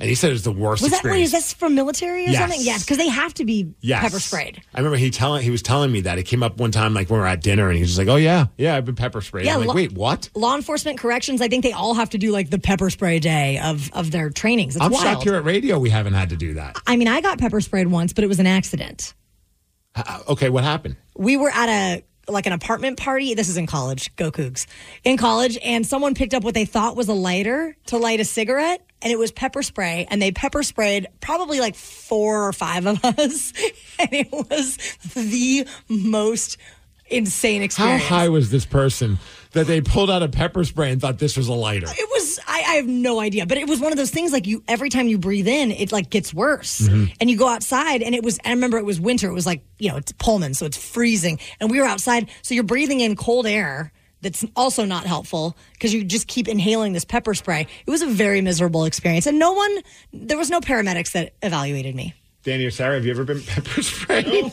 [SPEAKER 5] and he said it was the worst.
[SPEAKER 6] Was that wait?
[SPEAKER 5] experience.
[SPEAKER 6] Is this for military or
[SPEAKER 5] Yes.
[SPEAKER 6] something? Yes, because they have to be
[SPEAKER 5] Yes.
[SPEAKER 6] pepper sprayed.
[SPEAKER 5] I remember he telling he was telling me that it came up one time like when we were at dinner and he was just like, "Oh yeah, yeah, I've been pepper sprayed." I'm like,
[SPEAKER 6] lo-
[SPEAKER 5] "Wait, what?"
[SPEAKER 6] Law enforcement corrections. I think they all have to do like the pepper spray day of of their trainings. It's
[SPEAKER 5] I'm
[SPEAKER 6] wild.
[SPEAKER 5] shocked here at radio we haven't had to do that.
[SPEAKER 6] I mean, I got pepper sprayed once, but it was an accident.
[SPEAKER 5] Uh, Okay, what happened?
[SPEAKER 6] we were at a like an apartment party. This is in college. Go Cougs. In college, and someone picked up what they thought was a lighter to light a cigarette, and it was pepper spray. And they pepper sprayed probably like four or five of us, and it was the most insane
[SPEAKER 5] How
[SPEAKER 6] experience.
[SPEAKER 5] high was this person that they pulled out a pepper spray and thought this was a lighter?
[SPEAKER 6] It was. I, I have no idea, but it was one of those things. Like you, every time you breathe in, it like gets worse, and you go outside, and it was. I remember it was winter. It was like you know it's Pullman, so it's freezing, and we were outside, so you're breathing in cold air. That's also not helpful because you just keep inhaling this pepper spray. It was a very miserable experience, and no one. There was no paramedics that evaluated me.
[SPEAKER 5] Danny or Sarah, have you ever been pepper sprayed? No.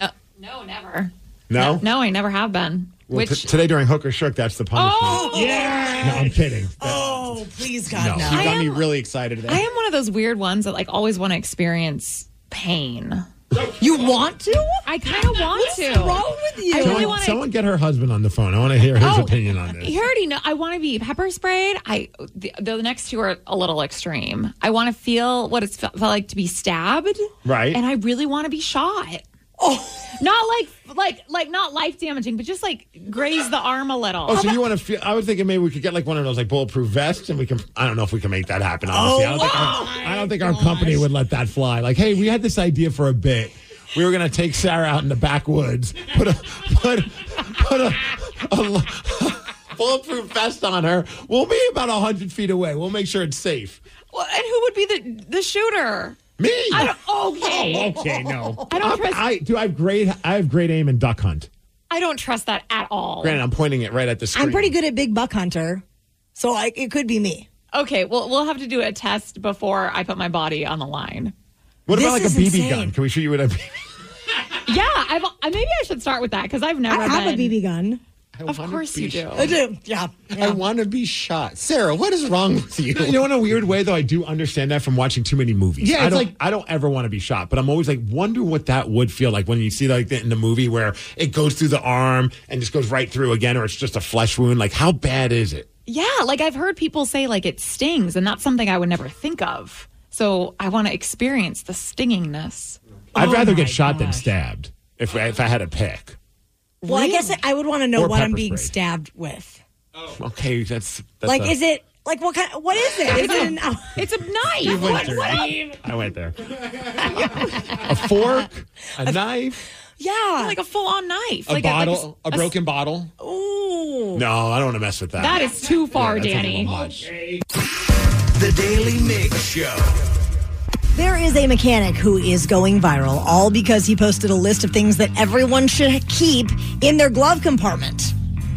[SPEAKER 3] No, no never.
[SPEAKER 5] No,
[SPEAKER 3] Uh, No, I never have been.
[SPEAKER 5] Well,
[SPEAKER 3] Which
[SPEAKER 5] t- today during Hooker Shook, that's the punishment.
[SPEAKER 3] Oh,
[SPEAKER 5] No, I'm kidding.
[SPEAKER 6] Oh, please God,
[SPEAKER 5] No.
[SPEAKER 6] no.
[SPEAKER 7] You
[SPEAKER 3] I
[SPEAKER 7] got me
[SPEAKER 3] am-
[SPEAKER 7] really excited there.
[SPEAKER 3] I am one of those weird ones that like always want to experience pain.
[SPEAKER 6] You want to?
[SPEAKER 3] I kind of want
[SPEAKER 6] What's
[SPEAKER 3] to.
[SPEAKER 6] wrong with you?
[SPEAKER 3] I really
[SPEAKER 5] someone,
[SPEAKER 3] want to.
[SPEAKER 5] someone get her husband on the phone. I want to hear his
[SPEAKER 3] Oh,
[SPEAKER 5] opinion on this.
[SPEAKER 3] You already know. I want to be pepper sprayed. I the, the next two are a little extreme. I want to feel what it's felt, felt like to be stabbed.
[SPEAKER 5] Right.
[SPEAKER 3] And I really want to be shot. Oh. Not like like like not life damaging, but just like graze the arm a little.
[SPEAKER 5] Oh, so you want to feel? I was thinking maybe we could get like one of those like bulletproof vests, and we can. I don't know if we can make that happen. Honestly, I don't think,
[SPEAKER 3] Oh,
[SPEAKER 5] our, I don't think our company would let that fly. Like, hey, we had this idea for a bit. We were gonna take Sarah out in the backwoods, put a put put a, a lo- bulletproof vest on her. We'll be about hundred feet away. We'll make sure it's safe.
[SPEAKER 3] Well, and who would be the the shooter?
[SPEAKER 5] Me?
[SPEAKER 3] I don't, okay.
[SPEAKER 5] okay, no.
[SPEAKER 3] I don't
[SPEAKER 5] I'm-
[SPEAKER 3] trust-
[SPEAKER 5] I do. I have great. I have great aim in duck hunt.
[SPEAKER 3] I don't trust that at all.
[SPEAKER 5] Granted, I'm pointing it right at the screen.
[SPEAKER 6] I'm pretty good at big buck hunter, so I, it could be me.
[SPEAKER 3] Okay, well, we'll have to do a test before I put my body on the line.
[SPEAKER 5] What about like
[SPEAKER 6] This
[SPEAKER 5] a
[SPEAKER 6] is
[SPEAKER 5] BB
[SPEAKER 6] insane.
[SPEAKER 5] gun? Can we shoot you with a? BB?
[SPEAKER 3] Yeah, I've, uh, maybe I should start with that because I've never
[SPEAKER 6] I have a
[SPEAKER 3] been-
[SPEAKER 6] BB gun.
[SPEAKER 3] Of
[SPEAKER 7] wanna
[SPEAKER 3] course
[SPEAKER 7] be
[SPEAKER 3] you do.
[SPEAKER 7] shot.
[SPEAKER 6] I do. Yeah. yeah.
[SPEAKER 7] I want to be shot. Sarah, what is wrong with you?
[SPEAKER 5] You know, in a weird way, though, I do understand that from watching too many movies.
[SPEAKER 7] Yeah,
[SPEAKER 5] I
[SPEAKER 7] it's
[SPEAKER 5] don't,
[SPEAKER 7] like-
[SPEAKER 5] I don't ever want to be shot, but I'm always like, wonder what that would feel like when you see like that in the movie where it goes through the arm and just goes right through again, or it's just a flesh wound. Like, how bad is it?
[SPEAKER 3] Yeah, like I've heard people say like it stings, and that's something I would never think of. So I want to experience the stingingness.
[SPEAKER 5] I'd rather
[SPEAKER 3] my
[SPEAKER 5] get shot than
[SPEAKER 3] gosh.
[SPEAKER 5] stabbed if if I had a pick.
[SPEAKER 6] Well, I guess I would want to know
[SPEAKER 5] Or
[SPEAKER 6] what I'm
[SPEAKER 5] pepper
[SPEAKER 6] being
[SPEAKER 5] sprayed.
[SPEAKER 6] stabbed with.
[SPEAKER 5] Okay, that's, that's
[SPEAKER 6] Like,
[SPEAKER 5] a-
[SPEAKER 6] is it like what kind? What is it? Is it an?
[SPEAKER 3] It's a knife. What- what-
[SPEAKER 5] I went there. a fork, a knife.
[SPEAKER 6] yeah.
[SPEAKER 3] like a full on knife.
[SPEAKER 7] a
[SPEAKER 3] like
[SPEAKER 7] bottle, a,
[SPEAKER 3] like
[SPEAKER 7] broken bottle.
[SPEAKER 6] ooh.
[SPEAKER 5] No, I don't want to mess with that.
[SPEAKER 3] That is too far,
[SPEAKER 5] That's a little
[SPEAKER 3] Danny.
[SPEAKER 5] much.
[SPEAKER 2] The Daily Mix Show.
[SPEAKER 6] There is a mechanic who is going viral, all because he posted a list of things that everyone should keep in their glove compartment.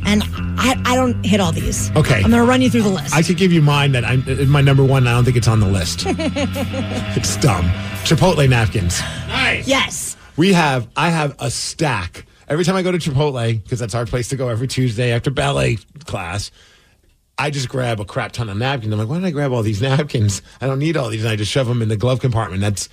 [SPEAKER 6] And I, I don't hit all these.
[SPEAKER 5] Okay.
[SPEAKER 6] I'm going to run you through the list.
[SPEAKER 5] I could give you mine that I'm uh, my number one. I don't think it's on the list. it's dumb. Chipotle napkins.
[SPEAKER 6] yes.
[SPEAKER 5] We have. I have a stack. Every time I go to Chipotle, because that's our place to go every Tuesday after ballet class, I just grab a crap ton of napkins. I'm like, why did I grab all these napkins? I don't need all these. And I just shove them in the glove compartment. That's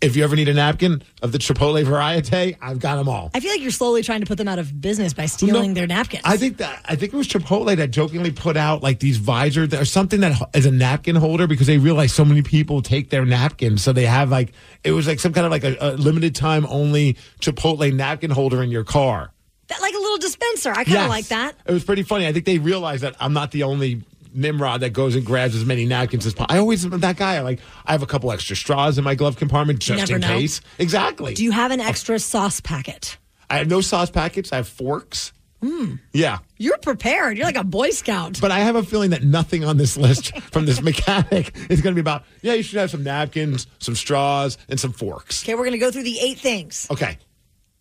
[SPEAKER 5] if you ever need a napkin of the Chipotle variety, I've got them all.
[SPEAKER 6] I feel like you're slowly trying to put them out of business by stealing
[SPEAKER 5] No,
[SPEAKER 6] their napkins.
[SPEAKER 5] I think that I think it was Chipotle that jokingly put out like these visors that- or something that ho- is a napkin holder because they realized so many people take their napkins, so they have like it was like some kind of like a, a limited time only Chipotle napkin holder in your car.
[SPEAKER 6] That- like a little dispenser. I kind of
[SPEAKER 5] Yes.
[SPEAKER 6] like that.
[SPEAKER 5] It was pretty funny. I think they realized that I'm not the only Nimrod that goes and grabs as many napkins as possible. I always am that guy. Like I have a couple extra straws in my glove compartment just
[SPEAKER 6] never
[SPEAKER 5] in
[SPEAKER 6] know.
[SPEAKER 5] case. Exactly.
[SPEAKER 6] Do you have an extra sauce packet?
[SPEAKER 5] I have no sauce packets. I have forks.
[SPEAKER 6] Hmm.
[SPEAKER 5] Yeah.
[SPEAKER 6] You're prepared. You're like a Boy Scout.
[SPEAKER 5] But I have a feeling that nothing on this list from this mechanic is going to be about, yeah, you should have some napkins, some straws, and some forks.
[SPEAKER 6] Okay, we're going to go through the eight things.
[SPEAKER 5] Okay.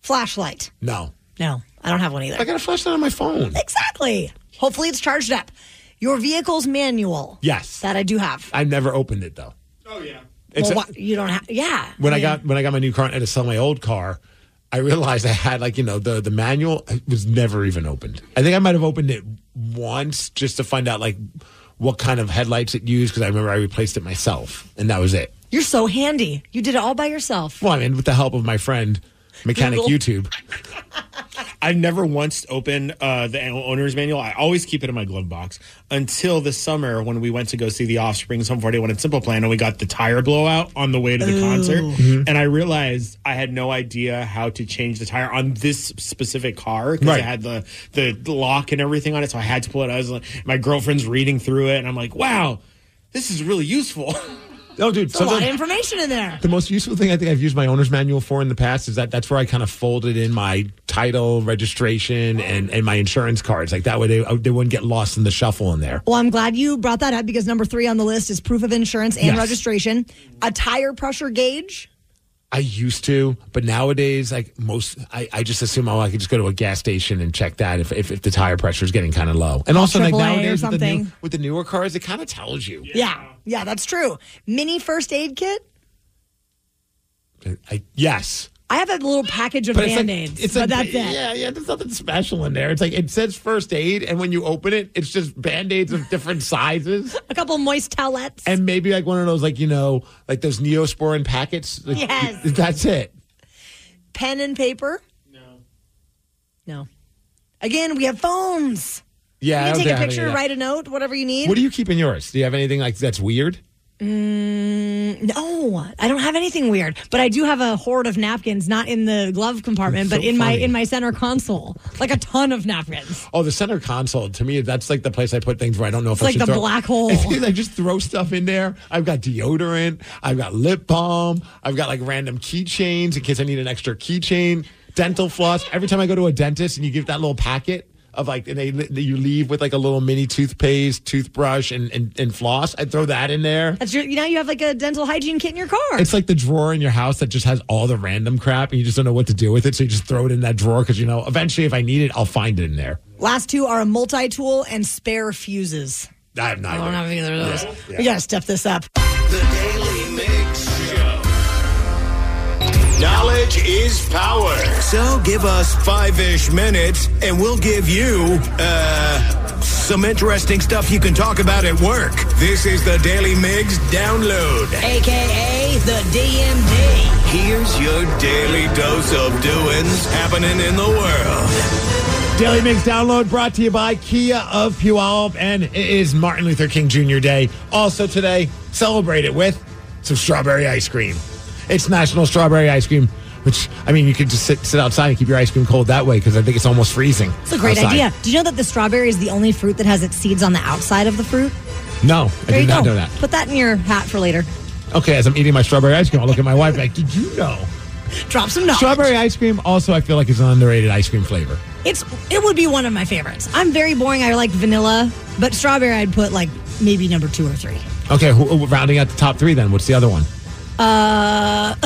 [SPEAKER 6] Flashlight.
[SPEAKER 5] No.
[SPEAKER 6] No, I don't have one either.
[SPEAKER 5] I got a flashlight on my phone.
[SPEAKER 6] Exactly. Hopefully it's charged up. Your vehicle's manual.
[SPEAKER 5] Yes.
[SPEAKER 6] That I do have.
[SPEAKER 5] I never opened it, though.
[SPEAKER 7] Oh yeah.
[SPEAKER 5] It's
[SPEAKER 6] well,
[SPEAKER 5] a-
[SPEAKER 6] why- you don't have. Yeah.
[SPEAKER 5] when I got when I got my new car and had to sell my old car, I realized I had like you know the the manual it was never even opened. I think I might have opened it once just to find out like what kind of headlights it used because I remember I replaced it myself and that was it.
[SPEAKER 6] You're so handy. You did it all by yourself.
[SPEAKER 5] Well, I mean, with the help of my friend mechanic YouTube.
[SPEAKER 7] I've never once opened uh, the owner's manual. I always keep it in my glove box until this summer when we went to go see the Offspring's Home 41 at Simple Plan and we got the tire blowout on the way to the concert. And I realized I had no idea how to change the tire on this specific car because
[SPEAKER 5] Right.
[SPEAKER 7] I had the, the lock and everything on it. So I had to pull it out. I was like, my girlfriend's reading through it and I'm like, wow, this is really useful.
[SPEAKER 5] Oh, dude,
[SPEAKER 6] There's a lot of information in there.
[SPEAKER 5] The most useful thing I think I've used my owner's manual for in the past is that that's where I kind of folded in my title, registration, and, and my insurance cards. Like that way they, uh, they wouldn't get lost in the shuffle in there.
[SPEAKER 6] Well, I'm glad you brought that up because number three on the list is proof of insurance and
[SPEAKER 5] Yes.
[SPEAKER 6] registration, a tire pressure gauge.
[SPEAKER 5] I used to, but nowadays, like most, I, I just assume, oh, I could just go to a gas station and check that if, if, if the tire pressure is getting kind of low. And also, like
[SPEAKER 6] AAA or
[SPEAKER 5] nowadays, with the, new,
[SPEAKER 6] something.
[SPEAKER 5] with the newer cars, it kind of tells you.
[SPEAKER 6] Yeah. yeah. that's true. Mini first aid kit.
[SPEAKER 5] I, yes.
[SPEAKER 6] I have a little package of
[SPEAKER 5] it's like-
[SPEAKER 6] band aids, but that's it.
[SPEAKER 5] Yeah, yeah, there's nothing special in there. It's like it says first aid, and when you open it, it's just band aids of different sizes.
[SPEAKER 6] A couple moist towelettes.
[SPEAKER 5] And maybe like one of those, like, you know, like those neosporin packets. Like,
[SPEAKER 6] Yes.
[SPEAKER 5] That's it.
[SPEAKER 6] pen and paper? No. No. Again, we have phones.
[SPEAKER 5] Yeah. I
[SPEAKER 6] You
[SPEAKER 5] don't
[SPEAKER 6] can take a
[SPEAKER 5] think I have
[SPEAKER 6] picture,
[SPEAKER 5] any of that.
[SPEAKER 6] write a note, whatever you need.
[SPEAKER 5] What do you keep in yours? Do you have anything like that's weird?
[SPEAKER 6] no, I don't have anything weird, but I do have a hoard of napkins, not in the glove compartment,
[SPEAKER 5] That's
[SPEAKER 6] but
[SPEAKER 5] so
[SPEAKER 6] in my
[SPEAKER 5] funny.
[SPEAKER 6] in my center console, like a ton of napkins.
[SPEAKER 5] Oh, the center console. To me, that's like the place I put things where I don't know if I
[SPEAKER 6] like
[SPEAKER 5] should
[SPEAKER 6] the
[SPEAKER 5] throw-
[SPEAKER 6] black hole.
[SPEAKER 5] I just throw stuff in there. I've got deodorant. I've got lip balm. I've got like random keychains in case I need an extra keychain. Dental floss. Every time I go to a dentist and you give that little packet of like, and they that you leave with like a little mini toothpaste, toothbrush, and and, and floss. I throw that in there.
[SPEAKER 6] That's your, you know, you have like a dental hygiene kit in your car.
[SPEAKER 5] It's like the drawer in your house that just has all the random crap and you just don't know what to do with it. So you just throw it in that drawer because you know eventually if I need it, I'll find it in there.
[SPEAKER 6] Last two are a multi tool and spare fuses.
[SPEAKER 5] I have not.
[SPEAKER 6] I don't have either of those. We gotta step this up.
[SPEAKER 2] The Daily Mix Show. Knowledge, Knowledge is power. So give us five ish minutes and we'll give you, uh, some interesting stuff you can talk about at work. This is the Daily Migs download.
[SPEAKER 9] AKA the DMD.
[SPEAKER 2] Here's your daily dose of doings happening in the world.
[SPEAKER 5] Daily Mix download brought to you by Kia of Puyallup, and it is Martin Luther King Jr. Day. Also today, celebrate it with some strawberry ice cream. It's National Strawberry Ice Cream, which I mean, you could just sit sit outside and keep your ice cream cold that way because I think it's almost freezing.
[SPEAKER 6] It's a great
[SPEAKER 5] outside.
[SPEAKER 6] idea. Did you know that the strawberry is the only fruit that has its seeds on the outside of the fruit?
[SPEAKER 5] No, I
[SPEAKER 6] There
[SPEAKER 5] did
[SPEAKER 6] you
[SPEAKER 5] not
[SPEAKER 6] go.
[SPEAKER 5] know that.
[SPEAKER 6] Put that in your hat for later.
[SPEAKER 5] Okay, as I'm eating my strawberry ice cream, I'll look at my wife like, "Did you know?"
[SPEAKER 6] Drop some knowledge.
[SPEAKER 5] Strawberry ice cream also, I feel like is an underrated ice cream flavor.
[SPEAKER 6] It's it would be one of my favorites. I'm very boring. I like vanilla, but strawberry I'd put like maybe number two or three.
[SPEAKER 5] Okay, who, who- rounding out the top three, then what's the other one?
[SPEAKER 6] Uh,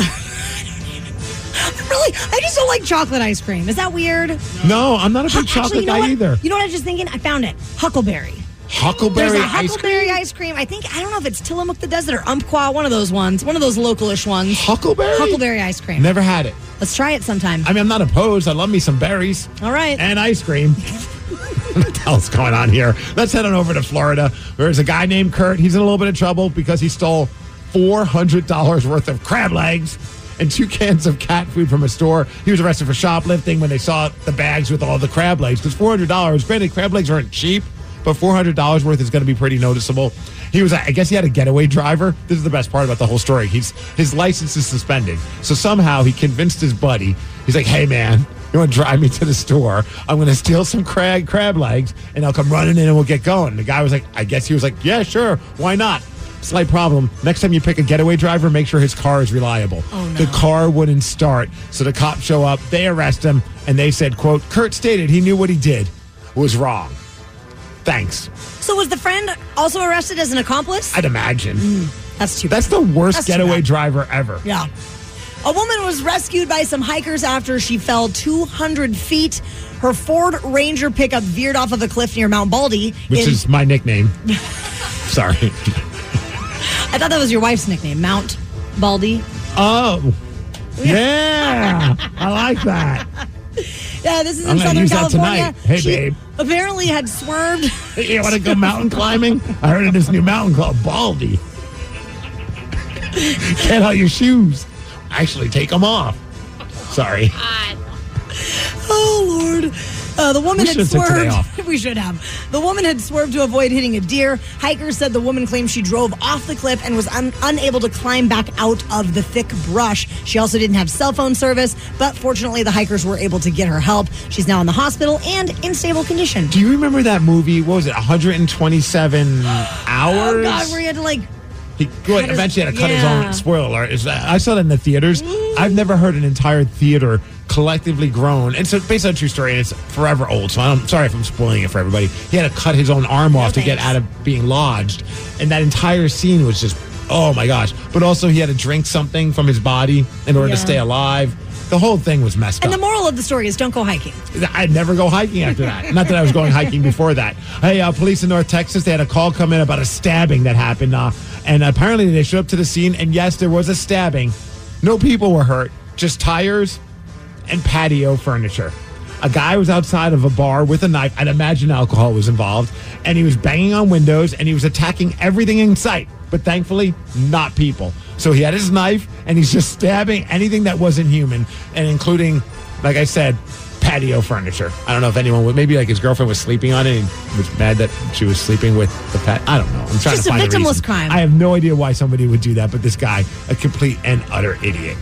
[SPEAKER 6] really, I just don't like chocolate ice cream. Is that weird?
[SPEAKER 5] No, I'm not a
[SPEAKER 6] Huh,
[SPEAKER 5] big chocolate
[SPEAKER 6] actually, you know
[SPEAKER 5] guy
[SPEAKER 6] what?
[SPEAKER 5] either.
[SPEAKER 6] You know what I was just thinking? I found it. Huckleberry. There's
[SPEAKER 5] Huckleberry
[SPEAKER 6] a
[SPEAKER 5] ice cream.
[SPEAKER 6] huckleberry ice cream. I think I don't know if it's Tillamook the Desert or Umpqua, one of those ones, one of those localish ones.
[SPEAKER 5] Huckleberry?
[SPEAKER 6] Huckleberry ice cream.
[SPEAKER 5] Never had it.
[SPEAKER 6] Let's try it sometime.
[SPEAKER 5] I mean, I'm not opposed. I love me some berries.
[SPEAKER 6] All right.
[SPEAKER 5] And ice cream. what the hell's going on here? Let's head on over to Florida. There's a guy named Kurt. He's in a little bit of trouble because he stole $400 worth of crab legs and two cans of cat food from a store. He was arrested for shoplifting when they saw the bags with all the crab legs because $400, granted, crab legs aren't cheap. But four hundred dollars worth is going to be pretty noticeable. He was—I guess he had a getaway driver. This is the best part about the whole story. He's his license is suspended, so somehow he convinced his buddy. He's like, "Hey, man, you want to drive me to the store? I'm going to steal some crab crab legs, and I'll come running in, and we'll get going." And the guy was like, "I guess he was like, yeah, sure, why not?" Slight problem. Next time you pick a getaway driver, make sure his car is reliable.
[SPEAKER 6] Oh, no.
[SPEAKER 5] The car wouldn't start, so the cops show up. They arrest him, and they said, "quote Kurt stated he knew what he did was wrong." Thanks.
[SPEAKER 6] So was the friend also arrested as an accomplice?
[SPEAKER 5] I'd imagine.
[SPEAKER 6] That's too.
[SPEAKER 5] That's
[SPEAKER 6] bad.
[SPEAKER 5] the worst
[SPEAKER 6] Mm. That's too
[SPEAKER 5] getaway
[SPEAKER 6] bad.
[SPEAKER 5] driver ever.
[SPEAKER 6] Yeah. A woman was rescued by some hikers after she fell 200 feet. Her Ford Ranger pickup veered off of a cliff near Mount Baldy.
[SPEAKER 5] Which
[SPEAKER 6] in-
[SPEAKER 5] is my nickname. Sorry.
[SPEAKER 6] I thought that was your wife's nickname, Mount Baldy.
[SPEAKER 5] Oh. Yeah. I like that.
[SPEAKER 6] Yeah, this is in
[SPEAKER 5] I'm gonna
[SPEAKER 6] Southern
[SPEAKER 5] use that
[SPEAKER 6] California.
[SPEAKER 5] tonight. Hey,
[SPEAKER 6] she
[SPEAKER 5] babe.
[SPEAKER 6] Apparently had swerved.
[SPEAKER 5] You want to go mountain climbing? I heard of this new mountain called Baldy. Get out your shoes. Actually, take them off. Sorry.
[SPEAKER 6] Oh Lord. Uh, the woman
[SPEAKER 5] We
[SPEAKER 6] had
[SPEAKER 5] should've took today
[SPEAKER 6] swerved. we should have. The woman had swerved to avoid hitting a deer. Hikers said the woman claimed she drove off the cliff and was un- unable to climb back out of the thick brush. She also didn't have cell phone service, but fortunately, the hikers were able to get her help. She's now in the hospital and in stable condition.
[SPEAKER 5] Do you remember that movie? What was it? 127 hours?
[SPEAKER 6] Oh God, where you had to like.
[SPEAKER 5] He well,
[SPEAKER 6] his-
[SPEAKER 5] eventually had to cut his
[SPEAKER 6] yeah.
[SPEAKER 5] own. Spoiler alert! Is that, I saw that in the theaters. I've never heard an entire theater collectively groan. It's a, based on a true story, and it's forever old. So I'm sorry if I'm spoiling it for everybody. He had to cut his own arm off to get
[SPEAKER 6] thanks.
[SPEAKER 5] out of being lodged, and that entire scene was just oh my gosh. But also, he had to drink something from his body in order to
[SPEAKER 6] Yeah.
[SPEAKER 5] stay alive. The whole thing was messed
[SPEAKER 6] And the
[SPEAKER 5] up.
[SPEAKER 6] moral of the story is don't go hiking.
[SPEAKER 5] I'd never go hiking after that. Not that I was going hiking before that. Hey, uh, police in North Texas, they had a call come in about a stabbing that happened. Uh, and apparently they showed up to the scene, and yes, there was a stabbing. No people were hurt, just tires and patio furniture. A guy was outside of a bar with a knife. I'd imagine alcohol was involved. And he was banging on windows and he was attacking everything in sight, but thankfully, not people. So he had his knife and he's just stabbing anything that wasn't human, and including, like I said, patio furniture. I don't know if anyone would, maybe like his girlfriend was sleeping on it and was mad that she was sleeping with the pet. I don't know. I'm trying
[SPEAKER 6] Just
[SPEAKER 5] to
[SPEAKER 6] a
[SPEAKER 5] find the
[SPEAKER 6] victimless
[SPEAKER 5] reason.
[SPEAKER 6] crime.
[SPEAKER 5] I have no idea why somebody would do that, but this guy, a complete and utter idiot.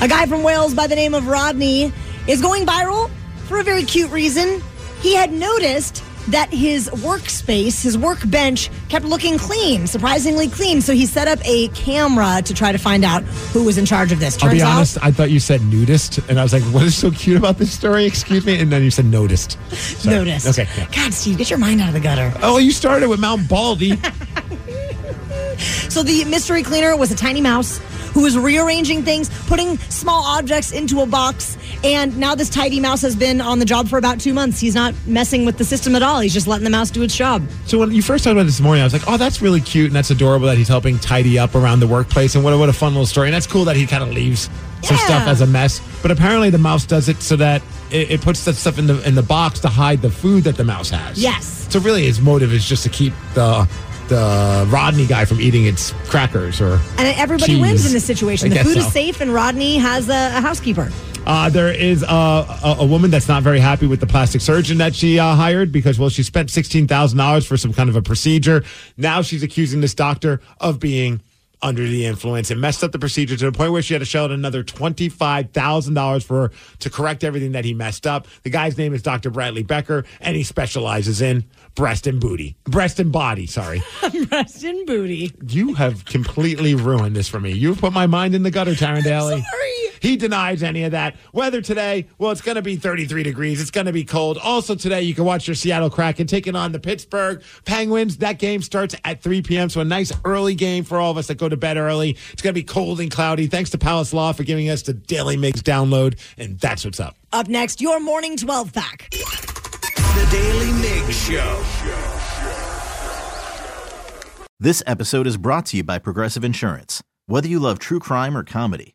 [SPEAKER 6] A guy from Wales by the name of Rodney is going viral for a very cute reason. He had noticed that his workspace, his workbench, kept looking clean, surprisingly clean. So he set up a camera to try to find out who was in charge of this.
[SPEAKER 5] I'll be
[SPEAKER 6] Turns out-
[SPEAKER 5] honest, I thought you said nudist, and I was like, what is so cute about this story? Excuse me. And then you said noticed. uh, Sorry.
[SPEAKER 6] noticed.
[SPEAKER 5] Okay. yeah.
[SPEAKER 6] God, Steve, get your mind out of the gutter.
[SPEAKER 5] Oh, you started with Mount Baldy.
[SPEAKER 6] So the mystery cleaner was a tiny mouse who was rearranging things, putting small objects into a box, And now this tidy mouse has been on the job for about two months. He's not messing with the system at all. He's just letting the mouse do its job.
[SPEAKER 5] So when you first talked about this morning, I was like, "Oh, that's really cute and that's adorable that he's helping tidy up around the workplace and what a, what a fun little story." And that's cool that he kind of leaves some
[SPEAKER 6] Yeah.
[SPEAKER 5] stuff as a mess. But apparently, the mouse does it so that it, it puts that stuff in the in the box to hide the food that the mouse has.
[SPEAKER 6] Yes.
[SPEAKER 5] So really, his motive is just to keep the the Rodney guy from eating its crackers or
[SPEAKER 6] And everybody
[SPEAKER 5] cheese.
[SPEAKER 6] wins in this situation.
[SPEAKER 5] I
[SPEAKER 6] The
[SPEAKER 5] guess
[SPEAKER 6] food
[SPEAKER 5] so.
[SPEAKER 6] is safe, and Rodney has a, a housekeeper.
[SPEAKER 5] Uh, there is a, a, a woman that's not very happy with the plastic surgeon that she uh, hired because, well, she spent $16,000 for some kind of a procedure. Now she's accusing this doctor of being under the influence and messed up the procedure to the point where she had to shell out another $25,000 for to correct everything that he messed up. The guy's name is Dr. Bradley Becker, and he specializes in breast and booty. Breast and body, sorry.
[SPEAKER 6] Breast and booty.
[SPEAKER 5] You have completely ruined this for me. You've put my mind in the gutter, Taryn Daly.
[SPEAKER 6] sorry.
[SPEAKER 5] He denies any of that. Weather today, well, it's going to be 33 degrees. It's going to be cold. Also, today, you can watch your Seattle Kraken taking on the Pittsburgh Penguins. That game starts at 3 p.m., so a nice early game for all of us that go to bed early. It's going to be cold and cloudy. Thanks to Palace Law for giving us the Daily Mix download, and that's what's up.
[SPEAKER 6] Up next, your morning 12 pack.
[SPEAKER 2] The Daily Mix Show.
[SPEAKER 1] This episode is brought to you by Progressive Insurance. Whether you love true crime or comedy,